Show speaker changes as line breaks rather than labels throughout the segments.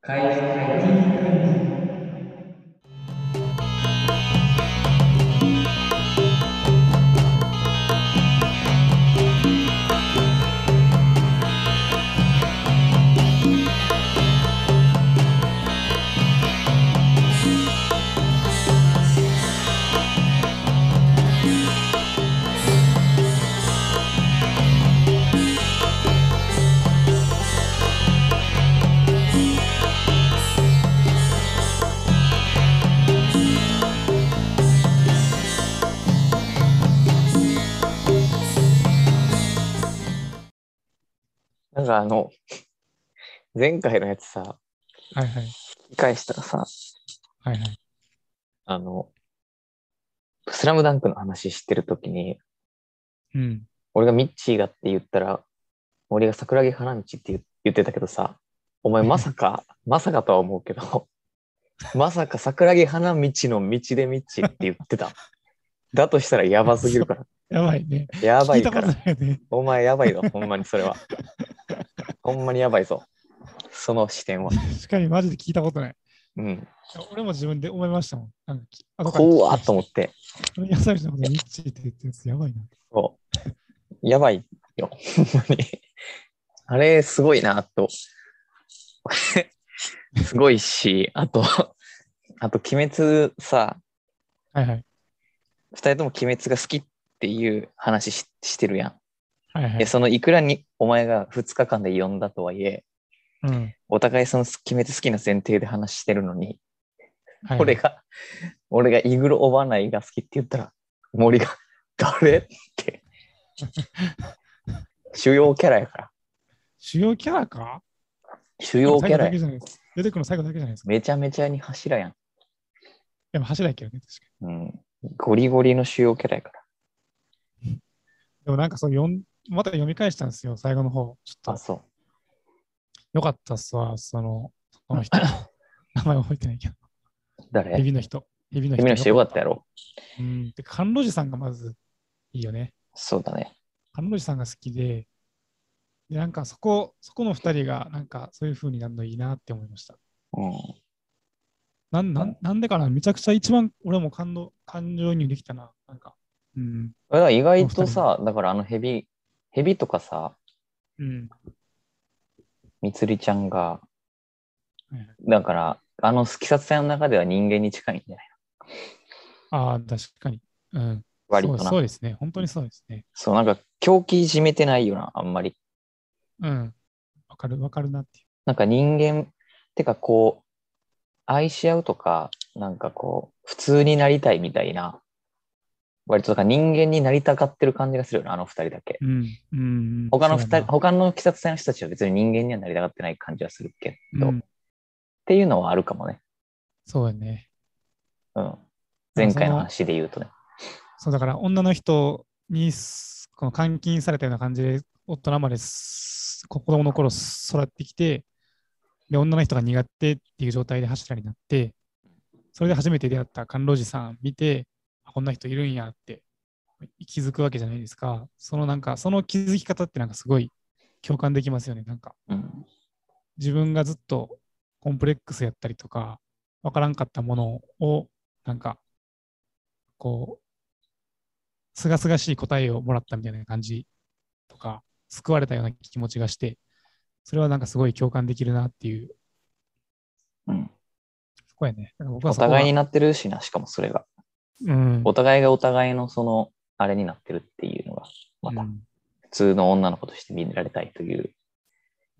会議会議会議
なんかあの、前回のやつさ、
はいはい。
聞き返したらさ、
はいはい。
あの、スラムダンクの話してるときに、
うん。
俺がミッチーがって言ったら、俺が桜木花道って言言ってたけどさ、お前まさ か、まさかとは思うけど、まさか桜木花道の道でミッチーって言ってた。だとしたらやばすぎるから、
やばいね。
やば
聞い
い
た
か
こと
ら
な。いよね。
お前やばいぞ、ほんまにそれ は。ほんまにやばいぞ。その視点は。
確かにマジで聞いたことない。
うん。
俺も自分で思いましたもん。なんかき、後から聞き
怖っと思って。
それに朝日のことミッチーって言ってるやつやばいな。
そう。やばいよ、ほんまに。あれ、すごいな、と。 すごいし、あと、あと、鬼滅さ、
はいはい。
二人とも鬼滅が好きっていう話ししてるや
はい
ん。
は
で、
い。
そのいくらにお前が2日間で読んだとはいえ、
うん。はい
お互いその鬼滅好きな前提で話してるのに、
はい
俺が、俺がイグロオバナイが好きって言ったら、森が、誰 って。主要キャラやから。
主要キャラか
主要キャラ
最後だ
や
けじゃないです。出てくるの最後だけじゃないですか。
めちゃめちゃに柱やん。
でも柱やけどね、確か
うん。ゴリゴリの主要キャラやから。
に。でもなんかそう、読んまた読み返したんですよ、最後の方。ちょっ
あ、
と、
そ
よかったっすわ、その、その人。名前覚えてないけど。
う。誰
ヘビの人。ヘビの人。
君の人よかったやろ。
うん。で、関路寺さんがまずいいよね。
そうだね。
彼女さんが好きで、でなんかそこ、そこの二人が、なんかそういう風になるのいいなって思いました。
うん。
なんなんなんでかなめちゃくちゃ一番俺も感動、感情移入できたな。なんか、うん。
だから意外とさ、だからあのヘビ、ヘビとかさ、
うん。
みつりちゃんが
はいはい、
だから、あの鬼殺隊の中では人間に近いんじゃない
ああ、確かに。うん。
割
そ
と
う
な
そ。うですね。本当にそうですね。
そう、なんか狂気じめてないよな、あんまり。
うん。わかる、わかるなっていう。
なんか人間、てかこう、愛し合うとか、なんかこう、普通になりたいみたいな、割とだから人間になりたがってる感じがするよな、あの二人だけ。
うん。うんうん。
他の
そう
二
や
人、
な
他の鬼殺隊の人たちは別に人間にはなりたがってない感じはするけど、っ
うん。
ていうのはあるかもね。
そうやね。
うん。前回の話で言うとね。
そうだから女の人にすこの監禁されたような感じで大人まですこ子供の頃す育ってきてで女の人が苦手っていう状態で柱になってそれで初めて出会った甘露寺さん見てあこんな人いるんやって気づくわけじゃないですかそのなんかその気づき方ってなんかすごい共感できますよねなんか
うん。
自分がずっとコンプレックスやったりとか、わからんかったものを、なんか、こう、すがすがしい答えをもらったみたいな感じとか、救われたような気持ちがして、それはなんかすごい共感できるなっていう、
うん、
そこやね。だから僕は
お
そこが
互いになってるしな、しかもそれが。
うん、
お互いがお互いのその、あれになってるっていうのが、ま
う
た、
ん
普通の女の子として見られたいという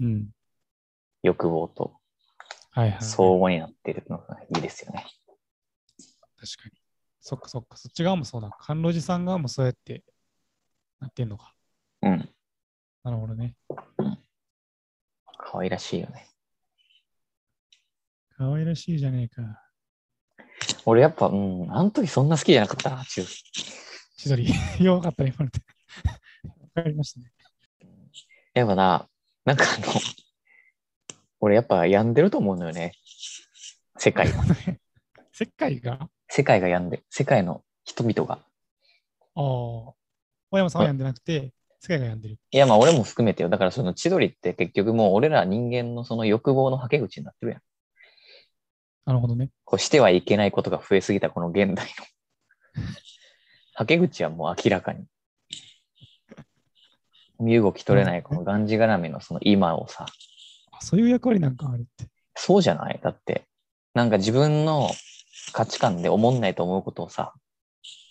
うん。
欲望と
はいはい。
相互になってるのがいいですよね。
確かに。そっかそっか。そっち側もそうだ。甘露寺さん側もそうやってなってんのか。
うん。
なるほどね。
可愛らしいよね。
可愛らしいじゃねえか。
俺やっぱ、うん、あの時そんな好きじゃなかったな、中
千鳥、 弱かったね、今ので。わかりましたね。
やっぱな、なんかあの、俺やっぱ病んでると思うのよね。世界が。
世界が、あ
世界が病んで、世界の人々が。
あ、小山さんは病んでなくて、世界が病んでる。
いやまあ俺も含めてよ。だからその千鳥って結局もう俺ら人間のその欲望のはけ口になってるやん。
なるほどね。
こうしてはいけないことが増えすぎたこの現代の。 はけ口はもう明らかに。身動き取れないこのがんじがらめのその今をさ、
あそういう役割なんかあるって。
そうじゃないだって、なんか自分の価値観で思んないと思うことをさ、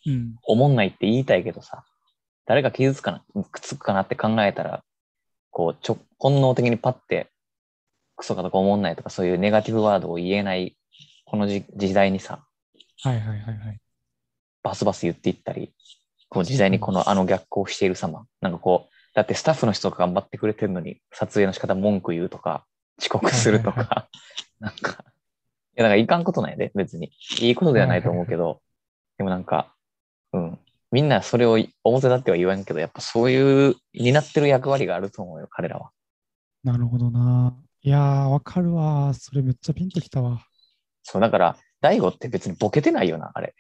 うん。
思んないって言いたいけどさ、誰か傷つかな、くっつくかなって考えたら、こう、ちょ、本能的にパッて、クソかとか思んないとか、そういうネガティブワードを言えない、このじ時代にさ、
はいはいはいはい。
バスバス言っていったり、この時代にこのあの逆行している様。なんかこう、だってスタッフの人が頑張ってくれてるのに、撮影の仕方文句言うとか、遅刻すると
はい
か、 なんか、いや、だからいかんことないで、別に。いいことではないと思うけど、でもなんか、うん。みんなそれを表立っては言わんけど、やっぱそういう、担ってる役割があると思うよ、彼らは。
なるほどな。いやー、わかるわ。それめっちゃピンときたわ。
そう、だから、大悟って別にボケてないよな、あれ。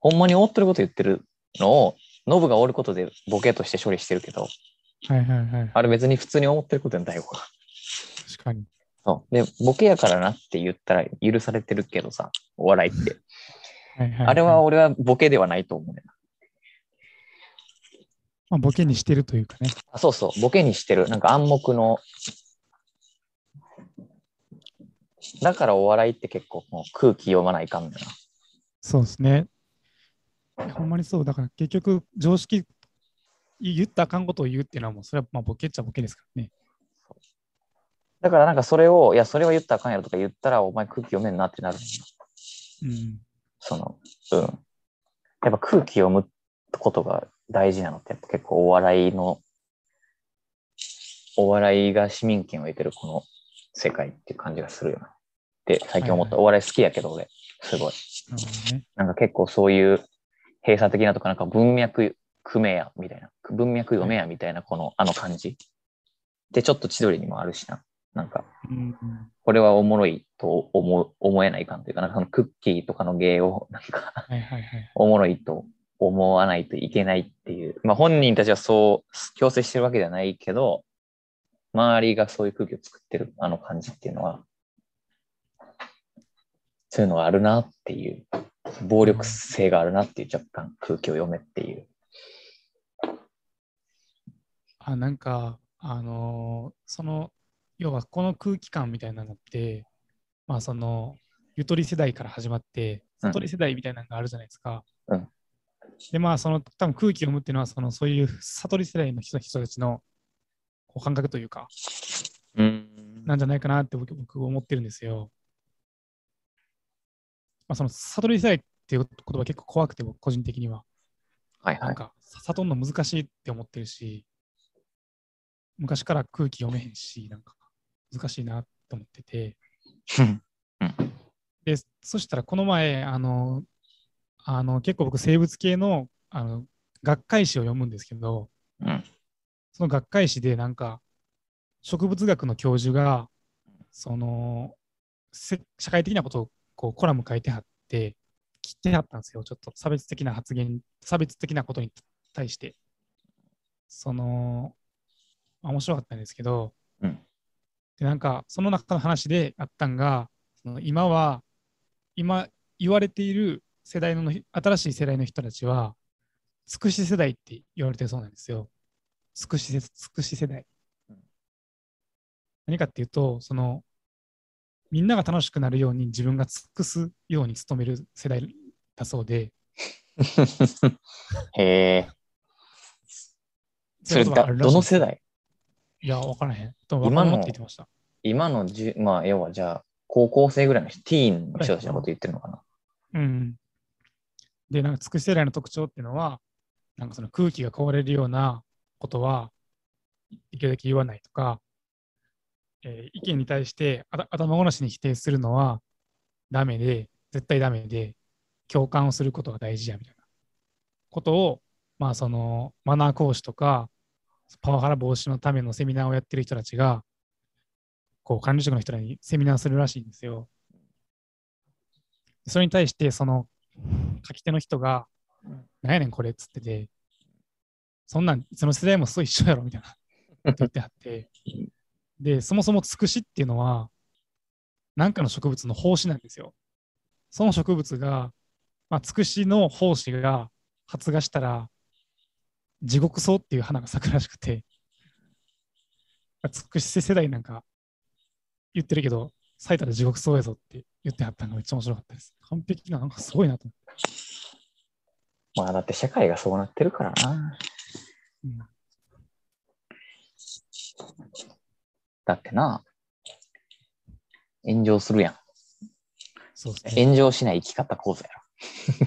ほんまに思ってること言ってるのを、ノブがおることでボケとして処理してるけど、
はいはいはい。
あれ別に普通に思ってることやん、大悟が。
確かに。
そう。で、ボケやからなって言ったら許されてるけどさ、お笑いって。
はいはいい
あれは、俺はボケではないと思うねんな。
まあ、ボケにしてるというかね。
あそうそう、ボケにしてる。なんか暗黙の。だからお笑いって結構もう空気読まないかんだよ
そうですね。いやほんまにそう。だから結局、常識、言ったらあかんことを言うっていうのは、もうそれはまあボケっちゃボケですからね。
な。だからなんかそれを、いや、それは言ったらあかんやろとか言ったら、お前空気読めんなってなるねんな。
うん。
その、うん。やっぱ空気読むことが大事なのって、やっぱ結構お笑いの、お笑いが市民権を得てるこの世界っていう感じがするよな。って最近思った。
はいはい
お笑い好きやけど俺、すごい。
なるほどね。
なんか結構そういう閉鎖的なとか、なんか文脈組めや、みたいな。文脈読めや、みたいな、この、あの感じ。で、ちょっと千鳥にもあるしな。なんか、
うん。
これはおもろいと思う思えない感というか、なんかそのクッキーとかの芸を、なんか、
はいはいはい。
おもろいと思わないといけないっていう、まあ、本人たちはそう強制してるわけではないけど、周りがそういう空気を作ってるあの感じっていうのは、そういうのがあるなっていう、暴力性があるなっていう若干空気を読めっていう。
あ、なんか、あのーその、要はこの空気感みたいなのって、まあその、ゆとり世代から始まって、
うん
悟り世代みたいなのがあるじゃないですか。
うん
で、まあその、多分空気を読むっていうのは、その、そういう悟り世代の人人たちのこう感覚というか、
うん
なんじゃないかなって僕僕思ってるんですよ。まあ、その悟り世代っていう言葉結構怖くて僕個人的には。
はいは
なん
い。
かさ悟るの難しいって思ってるし、昔から空気読めへんし、なんか難しいなと思ってて。で、そしたらこの前、あの、あの結構僕生物系のあの学会誌を読むんですけど、
うん
その学会誌でなんか植物学の教授がそのせ社会的なことをこうコラム書いてはって切ってはったんですよちょっと差別的な発言差別的なことに対してそのまあ面白かったんですけど、
うん
でなんかその中の話であったんがその今は今言われている世代の新しい世代の人たちは尽くし世代って言われてるそうなんですよ。尽くしせ尽くし世代
うん。
何かっていうと、その、みんなが楽しくなるように自分が尽くすように努める世代だそうで、
へえ。それ
そういうこと
だ
があるらしい
どの世代
いや、分からへん。と
今の
若者って言ってました。
今のじゅ、まあ、要はじゃあ、高校生ぐらいの人、ティーンの人たちのこと言ってるのかな。
うん。で、なんか尽くし世代の特徴っていうのは、なんかその空気が壊れるようなことは、できるだけ言わないとか、えー意見に対してあた頭ごなしに否定するのはダメで、絶対ダメで、共感をすることが大事やみたいなことを、まあそのマナー講師とか、パワハラ防止のためのセミナーをやってる人たちが、こう管理職の人らにセミナーするらしいんですよ。それに対して、その書き手の人が、何やねんこれっつってて、そんなん、いつの世代もそう一緒やろみたいな、って言ってあって、で、そもそも尽くしっていうのは、なんかの植物の胞子なんですよ。その植物が、まあ、つくしの胞子が発芽したら、地獄草っていう花が咲くらしくて、つくし世代なんか言ってるけど、咲いたら地獄草やぞって言ってはったのがめっちゃ面白かったです。完璧な、なんかすごいなと思って。
まあだって社会がそうなってるからな。
うん
だってな、炎上するやん。
そうですね。
炎上しない生き方講座やろ。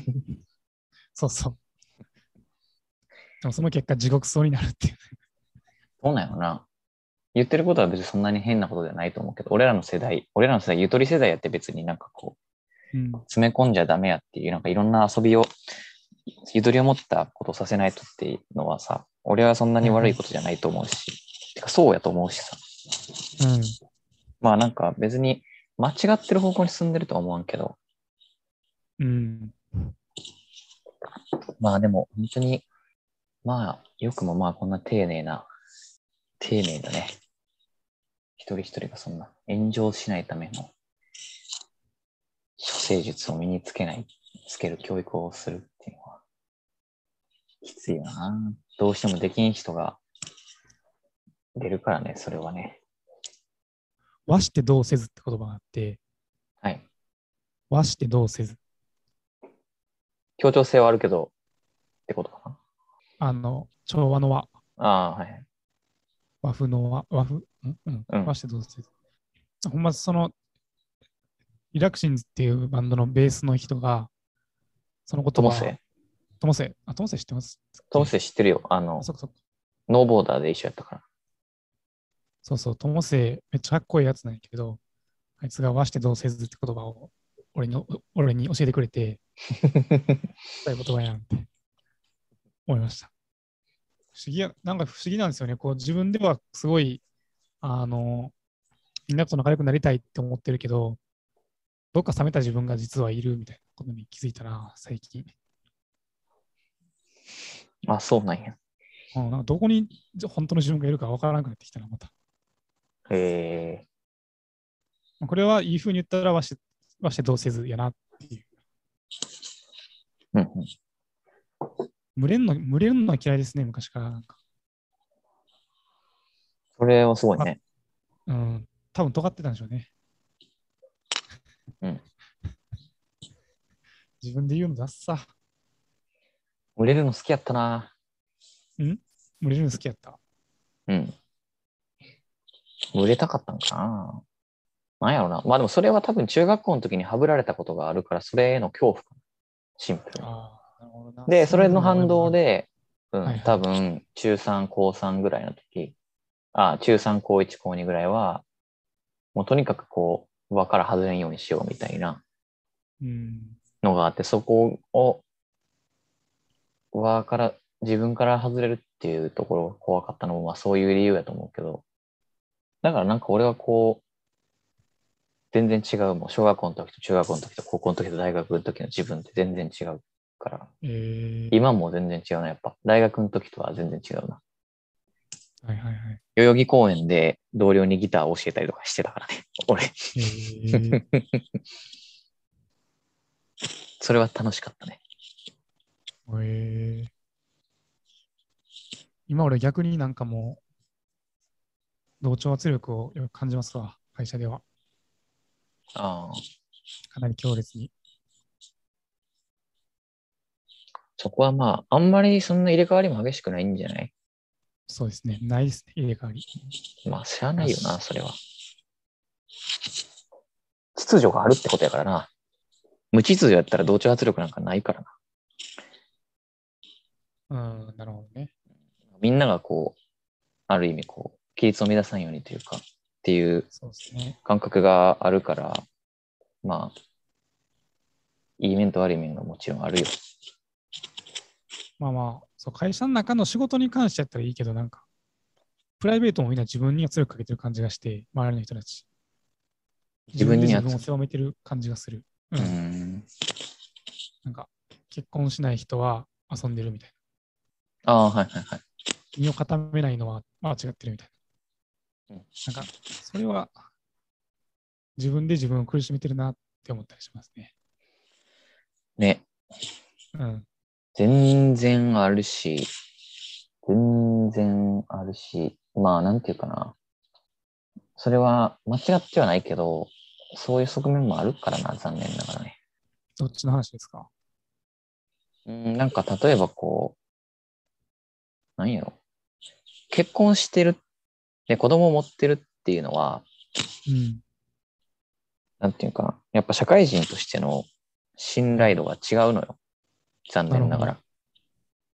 そうそう。でもその結果、地獄草になるっていう。
どうなんやろな。言ってることは別にそんなに変なことじゃないと思うけど、俺らの世代、俺らの世代、ゆとり世代やって別になんかこう、
うん、
詰め込んじゃダメやっていう、なんかいろんな遊びを、ゆとりを持ったことをさせないとっていうのはさ、俺はそんなに悪いことじゃないと思うし、てかそうやと思うしさ、
うん、
まあなんか別に間違ってる方向に進んでるとは思うんけど、
うん、
まあでも本当に、まあよくもまあこんな丁寧な、丁寧だね。一人一人がそんな炎上しないための処世術を身につけない、つける教育をするっていうのは、きついよな。どうしてもできん人が出るからね、それはね。
和してどうせずって言葉があって、
はい。
和してどうせず。
協調性はあるけど、ってことかな。
あの、調和の和、
ああ、はいはい。
和風の和、和風、んうん、
うん
和してどうせず。ほんま、その、リラクシンズっていうバンドのベースの人が、その言葉
ともせ。
ともせ。あ、ともせ知ってます
ともせ知ってるよ。あの
あ、そっかそっか
ノーボーダーで一緒やったから。
そうそう、ともせ、めっちゃかっこいいやつなんやけど、あいつが和してどうせずって言葉を俺の俺に教えてくれて、 そういう言葉やんって思いました。不思議や、なんか不思議なんですよね。こう自分ではすごい、あの、みんなと仲良くなりたいって思ってるけど、どっか冷めた自分が実はいるみたいなことに気づいたな、最近。
あ、そうなんや。
うん、なんかどこに本当の自分がいるかわからなくなってきたな、また。
へえ
まあこれはいい風に言ったらわし、わしてどうせずやなっていう。
うんうん。
群れんの、群れるのは嫌いですね、昔から。なんか
それはすごいね。
うん。多分尖ってたんでしょうね。
うん。
自分で言うのだっさ。
売れるの好きやったな。
群れるの好きやった。
うん。売れたかったんかな。なんやろな。まあでもそれは多分中学校の時にハブられたことがあるから、それへの恐怖かな。シンプルに。
ああ、なるほどな。
で、それの反動
で。
で、う
はいは
ん、
い
多分中3、高3ぐらいの時、あ、中3、高1、高2ぐらいは、もうとにかくこう、輪から外れんようにしようみたいな。
うん。
のがあって、そこを、わから、自分から外れるっていうところが怖かったのも、まあそういう理由やと思うけど、だからなんか俺はこう、全然違うもん。小学校の時と中学校の時と高校の時と大学の時の自分って全然違うから、
えー、
今も全然違うな、やっぱ。大学の時とは全然違うな。
はいはいはい。
代々木公園で同僚にギターを教えたりとかしてたからね。 俺、
え ー
それは楽しかったね。
えー今俺逆になんかもう、同調圧力をよく感じますわ、会社では。
ああ、
かなり強烈に。
そこはまあ、あんまりそんな入れ替わりも激しくないんじゃない
そうですね。ないですね、入れ替わり。
まあ、知らないよな、それは。秩序があるってことやからな。無秩序やったら同調圧力なんかないからな。
うん、なるほどね。
みんながこう、ある意味こう、規律を乱さんようにというか、っていう
そうですね。
感覚があるから、まあ、いい面と悪い面がもちろんあるよ。
まあまあ、そう会社の中の仕事に関してやったらいいけど、なんか、プライベートもみんな自分に圧力かけてる感じがして、周りの人たち。
自分に
自
圧
分で自分を狭めてる感じがする。う
うんん。
なんか、結婚しない人は遊んでるみたいな。
ああ、はいはいはい。
身を固めないのは間違ってるみたいな
うん。
なんか、それは、自分で自分を苦しめてるなって思ったりしますね。
ね、
うん。
全然あるし、全然あるし、まあ、なんていうかな。それは間違ってはないけど、そういう側面もあるからな、残念ながらね。
どっちの話ですか
うん、なんか例えばこう、なんやろ。結婚してる、ね、子供を持ってるっていうのは、
うん。
なんていうかな、やっぱ社会人としての信頼度が違うのよ。残念なが
なる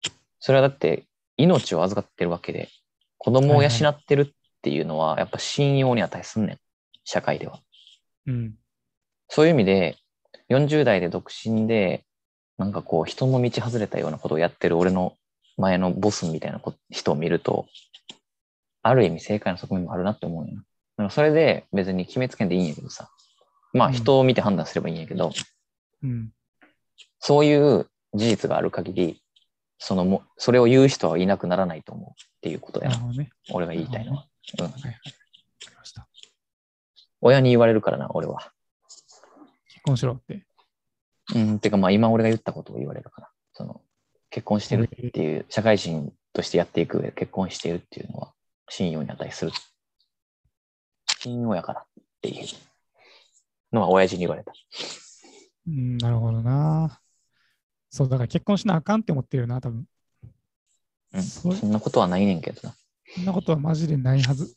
ら。それはだって、命を預かってるわけで、子供を養ってるっていうのは、やっぱ信用に値すんねん。社会では。
うん。
そういう意味で、40代で独身で、なんかこう、人の道外れたようなことをやってる俺の前のボスみたいなこ人を見ると、ある意味正解の側面もあるなって思うよな。なんかそれで別に決めつけんでいいんやけどさ。ま
う
あ
ん
人を見て判断すればいいんやけど、
うん。
そういう事実がある限り、そのも、それを言う人はいなくならないと思うっていうことや
なる
な。
ほどね。
俺が言いたいのは。うん
はい。はい。わかりました。
親に言われるからな、俺は。
結婚しろって。
うん、てかまあ今俺が言ったことを言われるから。その、結婚してるっていう、社会人としてやっていく上で結婚しているっていうのは、信用に値する。信用やからっていうのは親父に言われた。
うん、なるほどな。そう、だから結婚しなあかんって思ってるよな、多分。
うん、
そ
そ
うん
なことはないねんけどな。
そんなことはマジでないはず。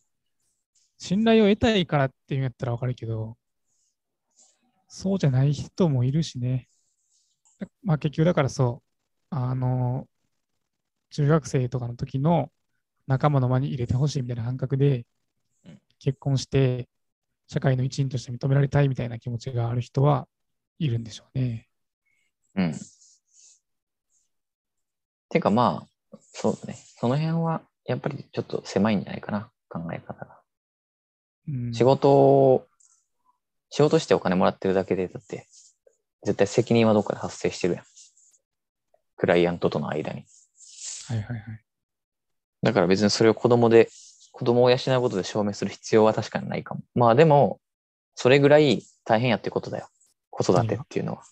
信頼を得たいからっていうんやったらわかるけど、そうじゃない人もいるしね。まあ結局だからそう、あの、中学生とかの時の仲間の間に入れてほしいみたいな感覚で
うん、
結婚して、社会の一員として認められたいみたいな気持ちがある人はいるんでしょうね。
うん。てかまあ、そうだね。その辺は、やっぱりちょっと狭いんじゃないかな。考え方が。
うん、
仕事を、仕事してお金もらってるだけで、だって、絶対責任はどっかで発生してるやん。クライアントとの間に。
はいはいはい。
だから別にそれを子供で、子供を養うことで証明する必要は確かにないかも。まあでも、それぐらい大変やってことだよ。子育てっていうのは。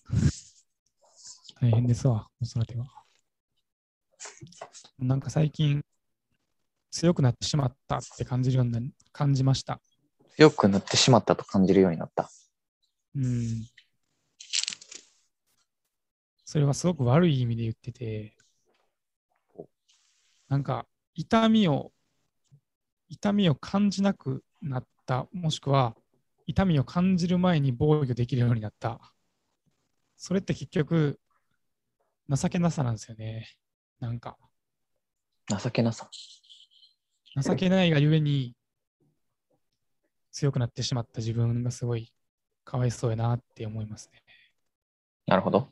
大変ですわ、子育ては。なんか最近、強くなってしまったって感じるようになり感じました。
強くなってしまったと感じるようになった。
うん。それはすごく悪い意味で言ってて、なんか痛みを、痛みを感じなくなった、もしくは痛みを感じる前に防御できるようになった。それって結局、情けなさなんですよね。なんか。
情けなさ。
情けないがゆえに強くなってしまった自分がすごいかわいそうやなって思いますね。
なるほど。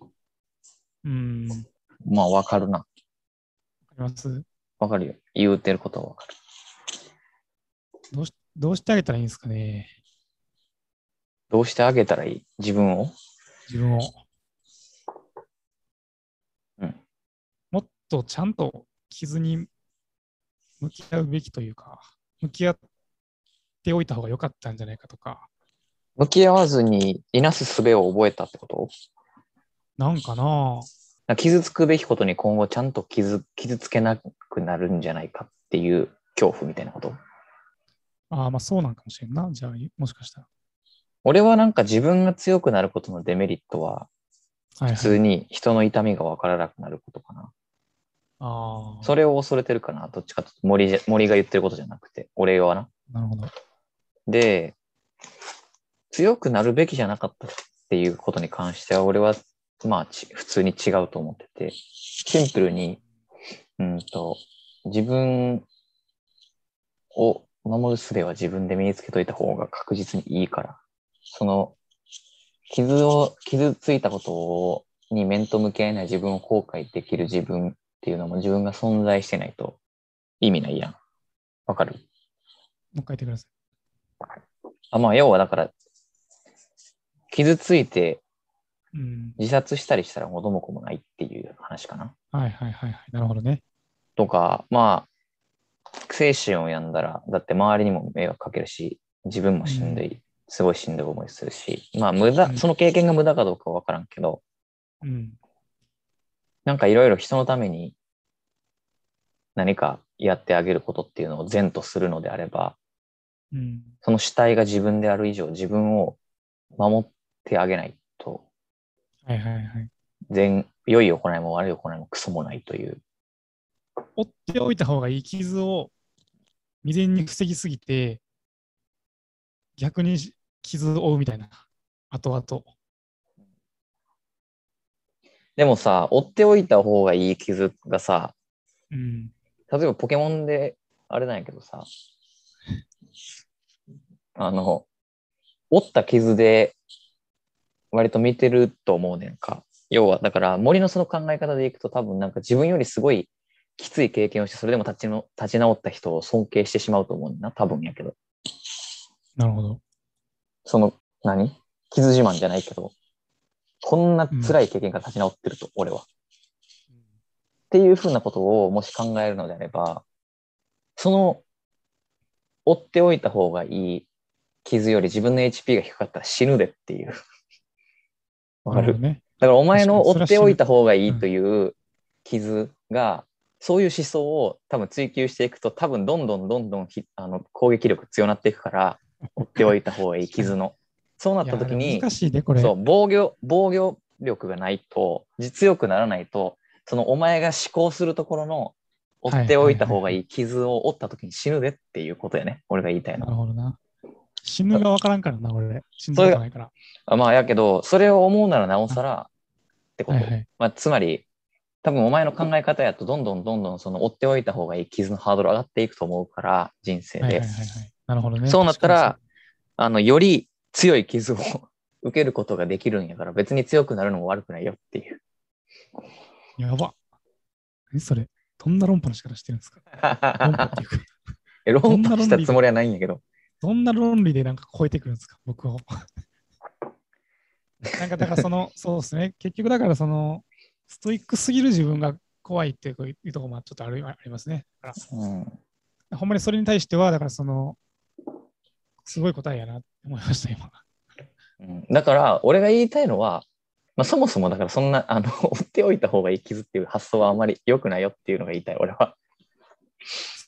うん。わか
まあわかるな。
ります
わかるよ。言うてることはわかる。
どうしどうしてあげたらいいんですかね
どうしてあげたらいい自分を
自分を。
うん
もっとちゃんと傷に向き合うべきというか、向き合っておいた方が良かったんじゃないかとか、
向き合わずにいなす術を覚えたってこと
なんかな
なんか傷つくべきことに今後ちゃんと傷傷つけなくなるんじゃないかっていう恐怖みたいなこと
ああ、まあそうなんかもしれんな。じゃあ、もしかしたら。
俺はなんか自分が強くなることのデメリットは普
はい、はい。
通に人の痛みが分からなくなることかな。
あ
それを恐れてるかな。どっちかというと森じゃ森が言ってることじゃなくて、俺はな。
あ、なるほど。
で、強くなるべきじゃなかったっていうことに関しては、俺は、まあ、ち普通に違うと思ってて、シンプルに、うんと、自分を守る術は自分で身につけといた方が確実にいいから、その、傷を、傷ついたことを、に面と向き合えない自分を後悔できる自分っていうのも自分が存在してないと意味ないやん。わかる
もう一回言ってください。
あまあ、要はだから、傷ついて
うん。
自殺したりしたら元も子もないっていう話かな。
はいはいはいはい。なるほどね。
とか、まあ、精神を病んだら、だって周りにも迷惑かけるし、自分もしんどいすごいしんどい思いするし、まあ無駄、その経験が無駄かどうかは分からんけど、
うん。
なんかいろいろ人のために何かやってあげることっていうのを善とするのであれば、
うん。
その主体が自分である以上、自分を守ってあげないと、
はいはいはい。
善、良い行いも悪い行いもクソもないという。
追っておいた方がいい傷を未然に防ぎすぎて、逆にし傷を負うみたいな、後々。
でもさ、追っておいた方がいい傷がさ、
うん。
例えばポケモンで、あれなんやけどさ、あの、折った傷で割と見てると思うねんか。要は、だから森のその考え方でいくと多分なんか自分よりすごいきつい経験をして、それでも立ちの立ち直った人を尊敬してしまうと思うねんな、多分やけど。
なるほど。
その、何傷自慢じゃないけど、こんな辛い経験から立ち直ってると、俺は。っていうふうなことをもし考えるのであれば、その、追っておいた方がいい傷より自分の HP が低かったら死ぬでっていう。わか
なる
る
ほどね。
だからお前の
確
追
かに
って
それは死ぬ
おいた方がいいという傷が、そういう思想を多分追求していくと、多分どんどんどんどんひあの攻撃力強なっていくから、追っておいた方がいい傷の。そうなった時
いや
に
でも、難しいね、これ。
そう防御防御力がないと実力ならないとそのお前が思考するところの追っておいた方がいい傷を負った時に死ぬでっていうことやね俺が言いたい
な
の
るほどな。死ぬが分からんからな、俺。死んだことないから。
はまあやけどそれを思うならなおさらってこと、
はいはい。
まあ、つまり多分お前の考え方やとどんどんどんどんその追っておいた方がいい傷のハードル上がっていくと思うから人生で、
はいはいはいはい。なるほどね。
そうなったら
確か
あのより強い傷を 受けることができるんやから別に強くなるのも悪くないよって いう
にそうやば。え、それ。どんな論破の仕方してるんですか論破っていうか。
え
そ
論
んな論
破
理
したつもりはないんやけど。
どんな論理でなんか超えてくるんですか、僕を。 なんかだからそ の、そうですね、結局だからその、ストイックすぎる自分が怖いっていういうところもちょっとあるありますね。だか
うん
らほんまにそれに対しては、だからその、すごい答えやなって思いました、今。
うんだから、俺が言いたいのは、まあ、そもそもだからそんな、あの、 追っておいた方がいい傷っていう発想はあまり良くないよっていうのが言いたい、俺は。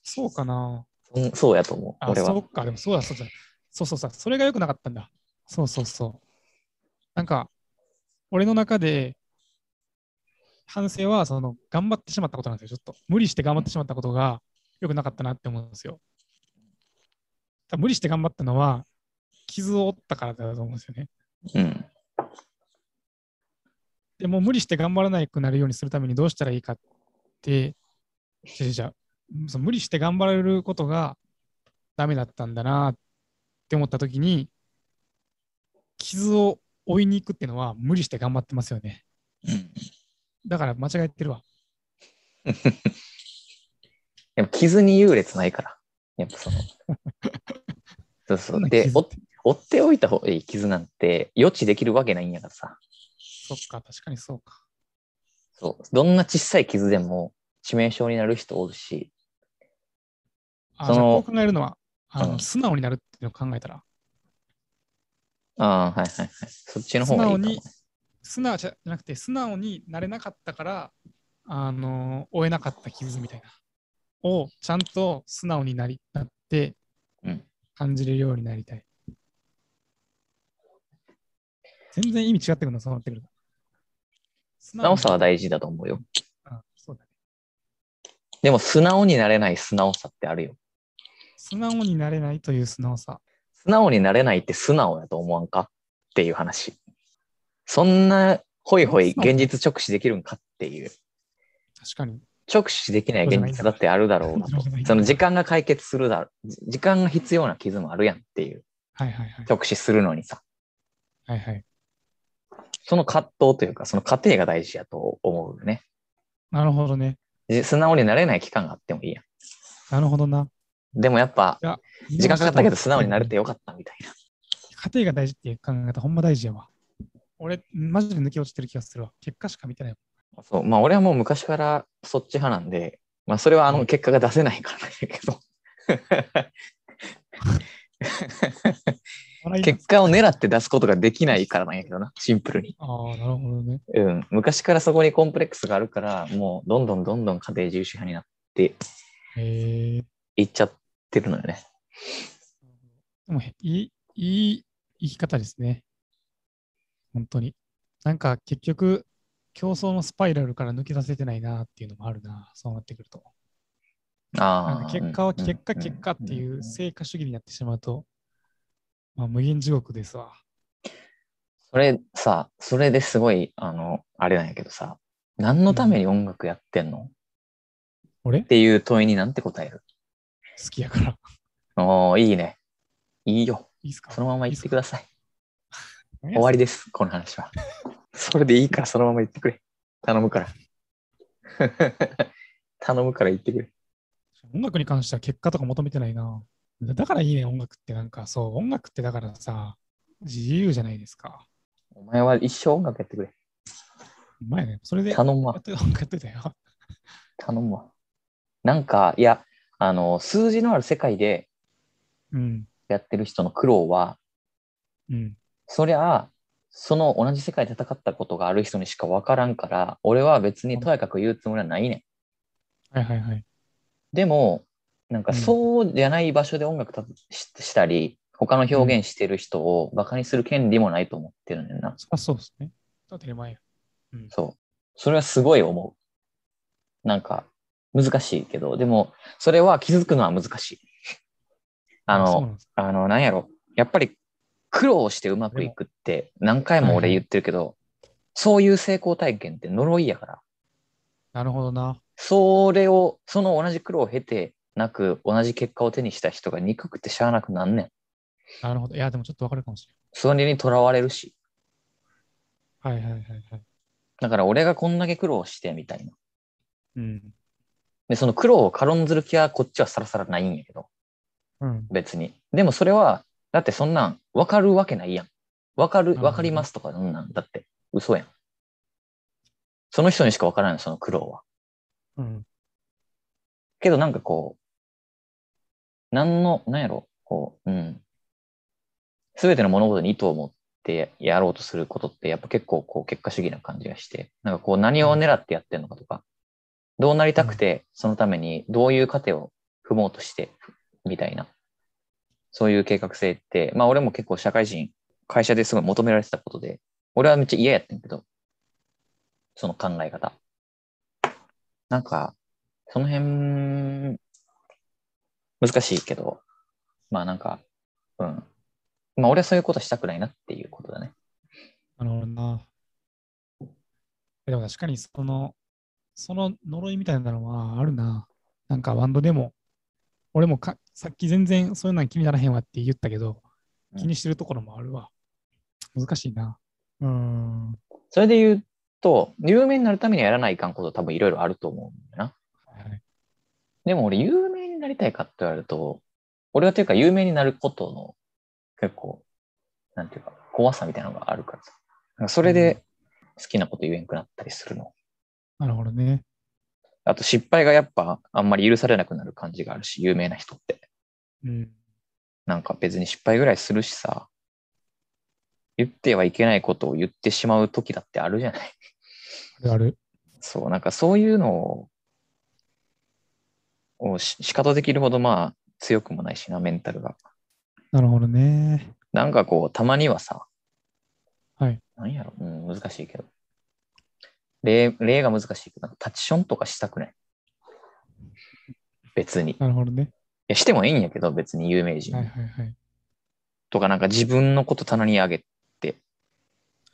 そうかな。
うん、そうやと思う、
あ、
俺は。
そうか、でもそうだ、そうだ。そうそうそう、それが良くなかったんだ。そうそうそう。なんか、俺の中で、反省は、その、頑張ってしまったことなんですよ、ちょっと。無理して頑張ってしまったことが良くなかったなって思うんですよ。多分無理して頑張ったのは、傷を負ったからだと思うんですよね。
うん。
でもう無理して頑張らなくなるようにするためにどうしたらいいかって、じゃじゃその無理して頑張られることがダメだったんだなって思ったときに、傷を負いに行くっていうのは無理して頑張ってますよね。
うん
だから間違えてるわ。
でも、傷に優劣ないから。やっぱ その。そうそ
そんな
う。で
傷っ
お
て
追っておいた方がいい傷なんて予知できるわけないんやからさ。
そっか、確かにそうか。
そう。どんな小さい傷でも致命傷になる人おるし、
あ
その
じゃあこう考えるのはあの、
うん
素直になるっていうのを考えたら、
ああ、はいはいはい。そっちの
素
方がいい
直
かも
に。、素直じゃなくて、素直になれなかったから、あの、追えなかった傷みたいな、をちゃんと素直になりなって
うん、
感じれるようになりたい。全然意味違ってくるの、そうなってくると。素直に
直さは大事だと思うよ。
うんそうだね
でも素直になれない素直さってあるよ。
素直になれないという素直さ。
素直になれないって素直やと思わんかっていう話。そんなホイホイ現実直視できるんかっていう。
確かに。
直視できない現実だってあるだろうなと
そうじゃないん。だ
その時間が解決するだろ時間が必要な傷もあるやんっていう。
はいはいはい。
直視するのにさ。
はいはい。
その葛藤というか、その過程が大事やと思うよね。
なるほどね。
じ素直になれない期間があってもいいや
なるほどな。
ん。でもやっぱ、時間かかったけど素直になれ
て
てよかったみたいな。
過程が大事っていう考え方、ほんま大事やわ。俺、マジで抜け落ちてる気がするわ。結果しか見てない。
そう、まあ俺はもう昔からそっち派なんで、まあそれはあの結果が出せないからだけど。
笑いいな
結果を狙って出すことができないからなんやけどな、シンプルに。
ああ、なるほどね。
うん。昔からそこにコンプレックスがあるから、もうどんどんどんどん家庭重視派になって
へえ。
いっちゃってるのよね。
でも、へいい、いい生き方ですね。本当に。なんか結局、競争のスパイラルから抜け出せてないなっていうのもあるな、そうなってくると。なん
あ
か
あ。
結果は
うん
結果、結果ってい
ん
う成果主義になってしまうと、まあ、無限地獄ですわ。
それさ、それですごい、あの、あれなんやけどさ、何のために音楽やってんの、っ
俺好
ていう問いになんて答える
きやから。
おー、いいね。いいよ。
いいっすか
そのまま言ってくださ い。
終
終わりです、この話は。 それでいいからそのまま言ってくれ。頼むから。 頼むから言ってくれ。
音楽に関しては結果とか求めてないな。だだからいいね、音楽ってなんか、そう、音楽ってだからさ、自由じゃないですか。
お前は一生音楽やってくれ。
前ね、それで、や
頼むわ
っ。と音楽やってたよ。
頼むわ。なんか、いや、あの、数字のある世界で
うん、
やってる人の苦労は、
うん。
そりゃあ、その同じ世界で戦ったことがある人にしか分からんから、俺は別にとやかく言うつもりはないねん。
はいはいはい。
でも、なんか
うん
そうじゃない場所で音楽たししたり、他の表現してる人をバカにする権利もないと思ってるねんな。
そりゃそうですね。だって前や。うん。
そう。それはすごい思う。なんか、難しいけど、でも、それは気づくのは難しい。あ
そ
の、
うなんです。
あの、なんやろ。やっぱり、苦労してうまくいくって、何回も俺言ってるけど、そういう成功体験って呪いやから。
なるほどな。
それを、その同じ苦労を経て、なく同じ結果を手にした人が憎くてしゃあなくなんねん。
なるほど。いや、でもちょっとわかるかもし
それにとらわれるし。
れない。はいはいはいはい。
だから俺がこんだけ苦労してみたいな。
うん。
で、その苦労を軽んずる気はこっちはさらさらないんやけど、
うん。
別に。でもそれは、だってそんなん分かるわけないやん。分かる、
うん
分かりますとかそんなんだって嘘やん。その人にしか分からない、その苦労は。
うん。
けどなんかこう、なんの、なんやろ、こう、うん。すべての物事に意図を持ってやろうとすることって、やっぱ結構こう結果主義な感じがして、なんかこう何を狙ってやってんのかとか、どうなりたくて、そのためにどういう過程を踏もうとして、みたいな。そういう計画性って、まあ俺も結構社会人、会社ですごい求められてたことで、俺はめっちゃ嫌やってんけど、その考え方。なんか、その辺、難しいけど、まあなんか、うん。まあ俺はそういうことしたくないなっていうことだね。
なるほどな。でも確かに、その、その呪いみたいなのはあるな。なんかバンドでも、俺もかさっき全然そういうのは気にならへんわって言ったけど、
うん
気にしてるところもあるわ。難しいな。うーん。
それで言うと、有名になるためにはやらないかんこと多分いろいろあると思うんだよな。
はい、
でも俺有名になりたいかって言われると、俺はというか有名になることの結構、なんていうか、怖さみたいなのがあるからさ。なんかそれで好きなこと言えんくなったりするの。
なるほどね。
あと失敗がやっぱあんまり許されなくなる感じがあるし、有名な人って。
うん。
なんか別に失敗ぐらいするしさ、言ってはいけないことを言ってしまう時だってあるじゃない。
あるある。
そう、なんかそういうのを、をし仕方できるほどまあ強くもないしな、メンタルが。
なるほどね。
なんかこう、たまにはさ、
はい。
なんやろ、うん、難しいけど。例、例が難しいけど、なんかタッチションとかしたくない別に。い
なるほどね。
や、してもいいんやけど、別に有名人
はいはいはい。
とか、なんか自分のこと棚に上げて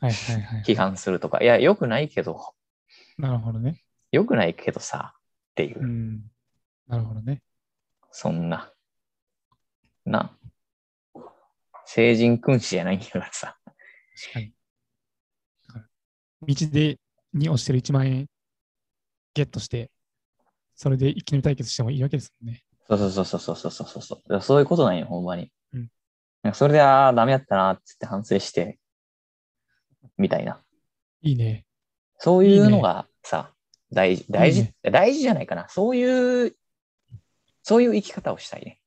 はいはいはい。
批判するとか、いや、良くないけど、
なるほどね。
良くないけどさ、っていう
う、ん。なるほどね。
そんな、な、成人君子じゃないんだからさ、
確かに。だから道でに落ちてる1万円ゲットして、それで一気に対決してもいいわけですもんね。
そうそうそうそうそうそうそうそう、だからそういうことなんよ、ほんまに。
うん
なんかそれで、ああ、ダメやったな、っつって反省して、みたいな。
いいね。
そういうのがさ、大事、大
いい
事、大事じゃないかな。そういう、そういう生き方をしたいね。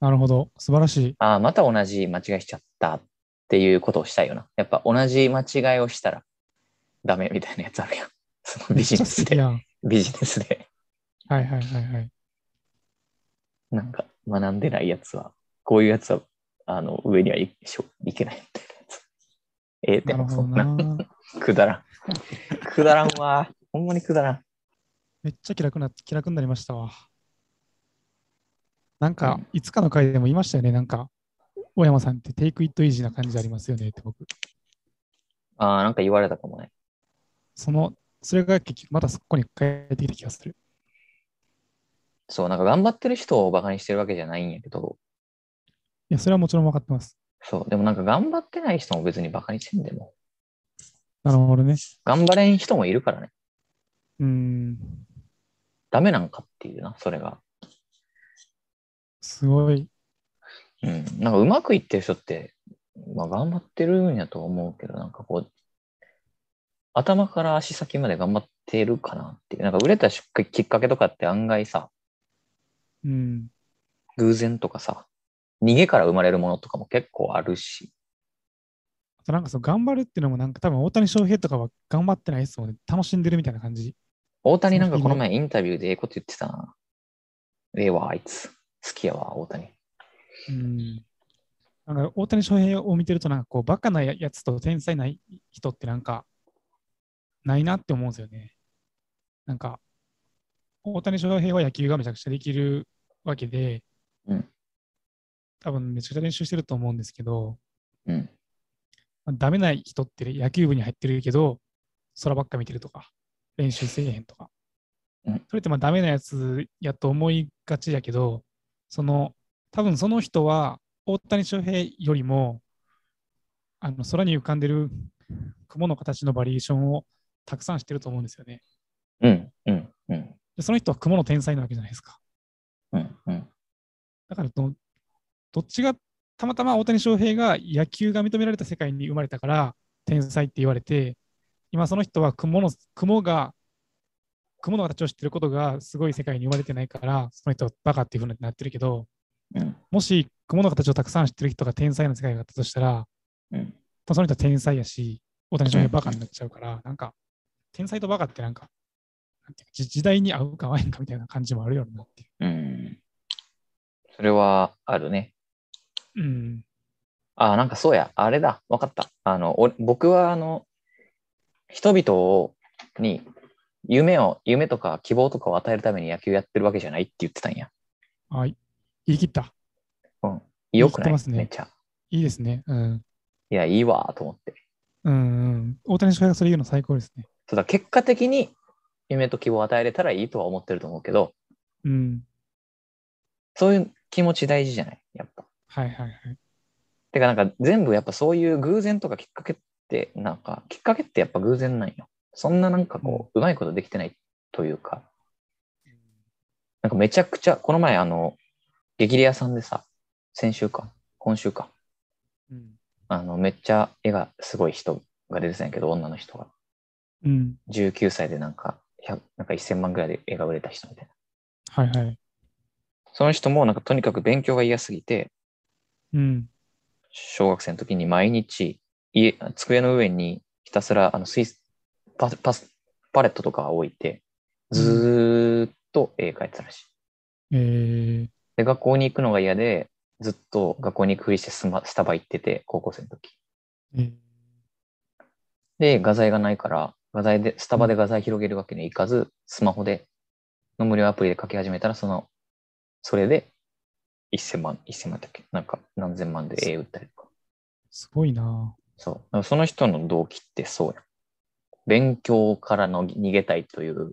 なるほど。素晴らしい。
ああ、また同じ間違いしちゃったっていうことをしたいよな。やっぱ同じ間違いをしたらダメみたいなやつあるやん。 そのビジネス
めっちゃ素敵
で、
やん。
ビジネスで、
はいはいはいはい。
なんか学んでないやつは、こういうやつは、あの、上にはいしょいけないみたいなやつ。ええで
なる
も
ほ
そ
ど
んな、
な。
くだらん。くだらんわ。ほんまにくだらん。
めっちゃ気楽な、気楽になりましたわ。なんか、
うん
いつかの回でも言いましたよね。なんか、大山さんってテイクイットイージーな感じありますよねって僕。
ああ、なんか言われたかもね。
その、それが結局またそこに変えてきた気がする。
そう、なんか頑張ってる人をバカにしてるわけじゃないんやけど、
いや、それはもちろん分かってます。
そう、でもなんか頑張ってない人も別にバカにしてんでも、
なるほどね。
頑張れん人もいるからね。
うーん。
ダメなんかっていうな、それが。
すごい。
うん。なんかうまくいってる人って、まあ頑張ってるんやと思うけど、なんかこう、頭から足先まで頑張ってるかなっていう。なんか売れたしきっかけとかって案外さ、
うん。
偶然とかさ、逃げから生まれるものとかも結構あるし、
あとなんかそう、頑張るっていうのもなんか多分大谷翔平とかは頑張ってないですもんね。楽しんでるみたいな感じ。
大谷なんかこの前インタビューでええこと言ってたな。ええわ、あいつ。好きやわ、大谷。
うん。なんか大谷翔平を見てるとなんかこう、バカなやつと天才ない人ってなんか、ないなって思うんですよね。なんか、大谷翔平は野球がめちゃくちゃできるわけで、
うん
多分めちゃくちゃ練習してると思うんですけど、
うん。
まあダメな人って野球部に入ってるけど、空ばっか見てるとか、練習せえへんとか。
うん
それってまあダメなやつやと思いがちやけど、その、多分その人は大谷翔平よりも、あの空に浮かんでる雲の形のバリエーションをたくさんしてると思うんですよね。
うん、うん、うん、
でその人は雲の天才なわけじゃないですか。
うん、うん。
だからど、どっちが、たまたま大谷翔平が野球が認められた世界に生まれたから、天才って言われて、今その人は雲の、雲が、雲の形を知ってることがすごい世界に生まれてないから、その人はバカっていうふうになってるけど、
うん、
もし雲の形をたくさん知ってる人が天才な世界があったとしたら、
うん。
その人は天才やし、大谷翔平バカになっちゃうから、なんか、天才とバカってなんか、なんていうかじ時代に合うか合わへんかみたいな感じもあるよなってい
うん。それはあるね。
う。うん。
あ、なんかそうや、あれだ、わかった。あの、お僕は、あの、人々をに夢を、夢とか希望とかを与えるために野球やってるわけじゃないって言ってたんや。
はい。言い切った。
よくな
言って
い、
ますね
めっちゃ。
いいですね。うん。
いや、いいわ、と思って。
うんうん、大谷翔平がそれ言うの最高ですね。
そうだ、結果的に夢と希望を与えれたらいいとは思ってると思うけど、
うん。
そういう気持ち大事じゃないやっぱ。
はいはいはい。
てか、なんか全部やっぱそういう偶然とかきっかけって、なんか、きっかけってやっぱ偶然なんよ。そんななんかこう、うまいことできてないというか、なんかめちゃくちゃ、この前あの、激レアさんでさ、先週か、今週か、
うん。
あの、めっちゃ絵がすごい人が出てたんやけど、女の人が。
うん。
19歳でなんか、100なんか1000万ぐらいで絵が売れた人みたいな。
はいはい。
その人もなんかとにかく勉強が嫌すぎて、
うん。
小学生の時に毎日家机の上にひたすらあのスイスパパスパレットとかを置いてずーっと絵描いてたらしい。
えー、
で学校に行くのが嫌でずっと学校に行くふりしてスマスタバ行ってて高校生の時。
えー、
で画材がないから画材でスタバで画材広げるわけにはいかずスマホでの無料アプリで描き始めたらそのそれで1000万1000万だっけなんか何千万で絵売ったりとか。
すごいな
そう。だからその人の動機ってそうやん。勉強からの逃げたいという、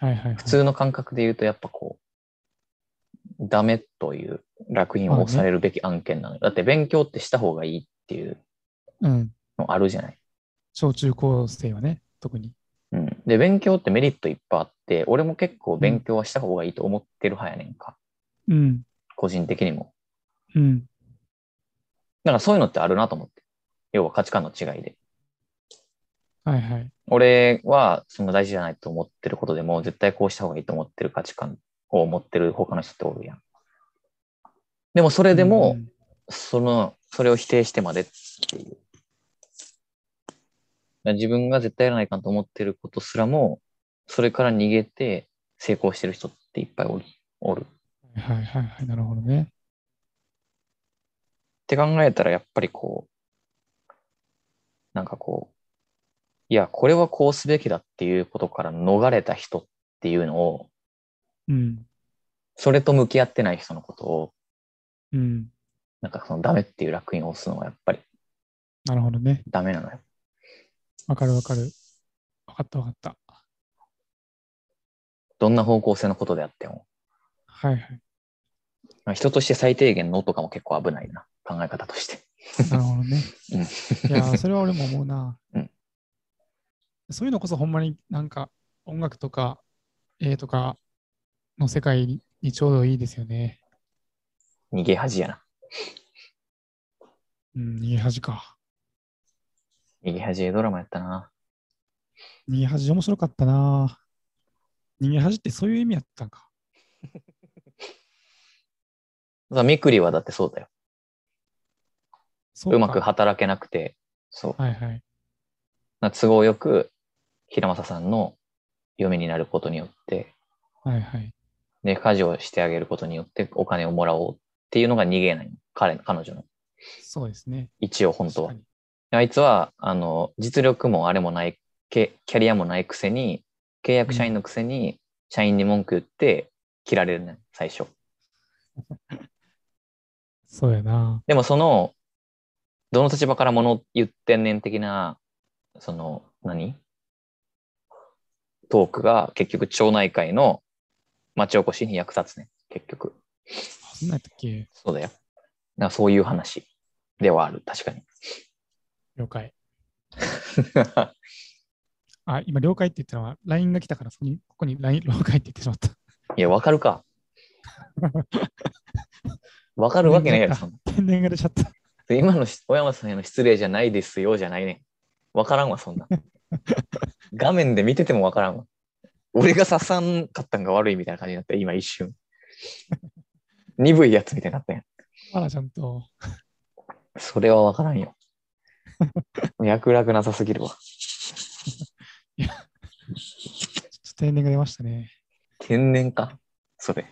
ぁはいはい、はい。
普通の感覚で言うと、やっぱこう、ダメという楽印を押されるべき案件なのよ。だって勉強ってした方がいいっていう
うん。
のあるじゃない。
小中高生はね、特に。
うん。で、勉強ってメリットいっぱいあって、俺も結構勉強はした方がいいと思ってる派やねんか。
うん。
個人的にも。
うん。
だからそういうのってあるなと思って。要は価値観の違いで。
はいはい。
俺はそんな大事じゃないと思ってることでも、絶対こうした方がいいと思ってる価値観を持ってる他の人っておるやん。でもそれでも、
うん
その、それを否定してまでっていう。自分が絶対やらないかんと思ってることすらも、それから逃げて成功してる人っていっぱいおる。おるっ
はいはいはい、なるほどね。
て考えたら、やっぱりこう、なんかこう、いや、これはこうすべきだっていうことから逃れた人っていうのを、
うん。
それと向き合ってない人のことを、
うん。
なんかそのダメっていう楽印を押すのはやっぱり
なるほどね。
ダメなのよ。
わかるわかる。わかったわかった。
どんな方向性のことであっても。
はいはい。
まあ人として最低限のとかも結構危ないな。考え方として。
なるほどね。
うん
いやー、それは俺も思うな。
うん
そういうのこそほんまになんか音楽とか絵とかの世界にちょうどいいですよね。
逃げ恥やな。
うん、逃げ恥か。
逃げ恥ドラマやったな。
逃げ恥面白かったな。逃げ恥ってそういう意味やったんか。
だからみくりはだってそうだよ。
そうか
まく働けなくて、そう。
はいはい。
な都合よく、平正さんの嫁になることによって、
はいはい。
で、家事をしてあげることによってお金をもらおうっていうのが逃げない。彼、彼女の。
そうですね。
一応、本当は
確か。に
あいつは、あの、実力もあれもない、けキャリアもないくせに、契約社員のくせに、社員に文句言って、切られるね、最初。
そうやな。
でもその、どの立場からもの言ってんねん的な、その、何トークが結局町内会の町おこしに役立つね。結局。
あそんなんやったっけ
そうだよ。だからそういう話ではある。確かに。
了解。あ、今、了解って言ったのは、LINE が来たから、そこに、ここに LINE、了解って言ってしまった。
いや、わかるか。わかるわけないやろ、そんな。
天然が出ちゃった。
今のし小山さんへの失礼じゃないですよ、じゃないねん。わからんわ、そんな。画面で見ててもわからんわ。俺が刺さんかったんが悪いみたいな感じになった、今一瞬。鈍いやつみたいになったやん。
あら、ちゃんと。
それはわからんよ。脈絡なさすぎるわ。
ちょっと天然が出ましたね。
天然か、それ。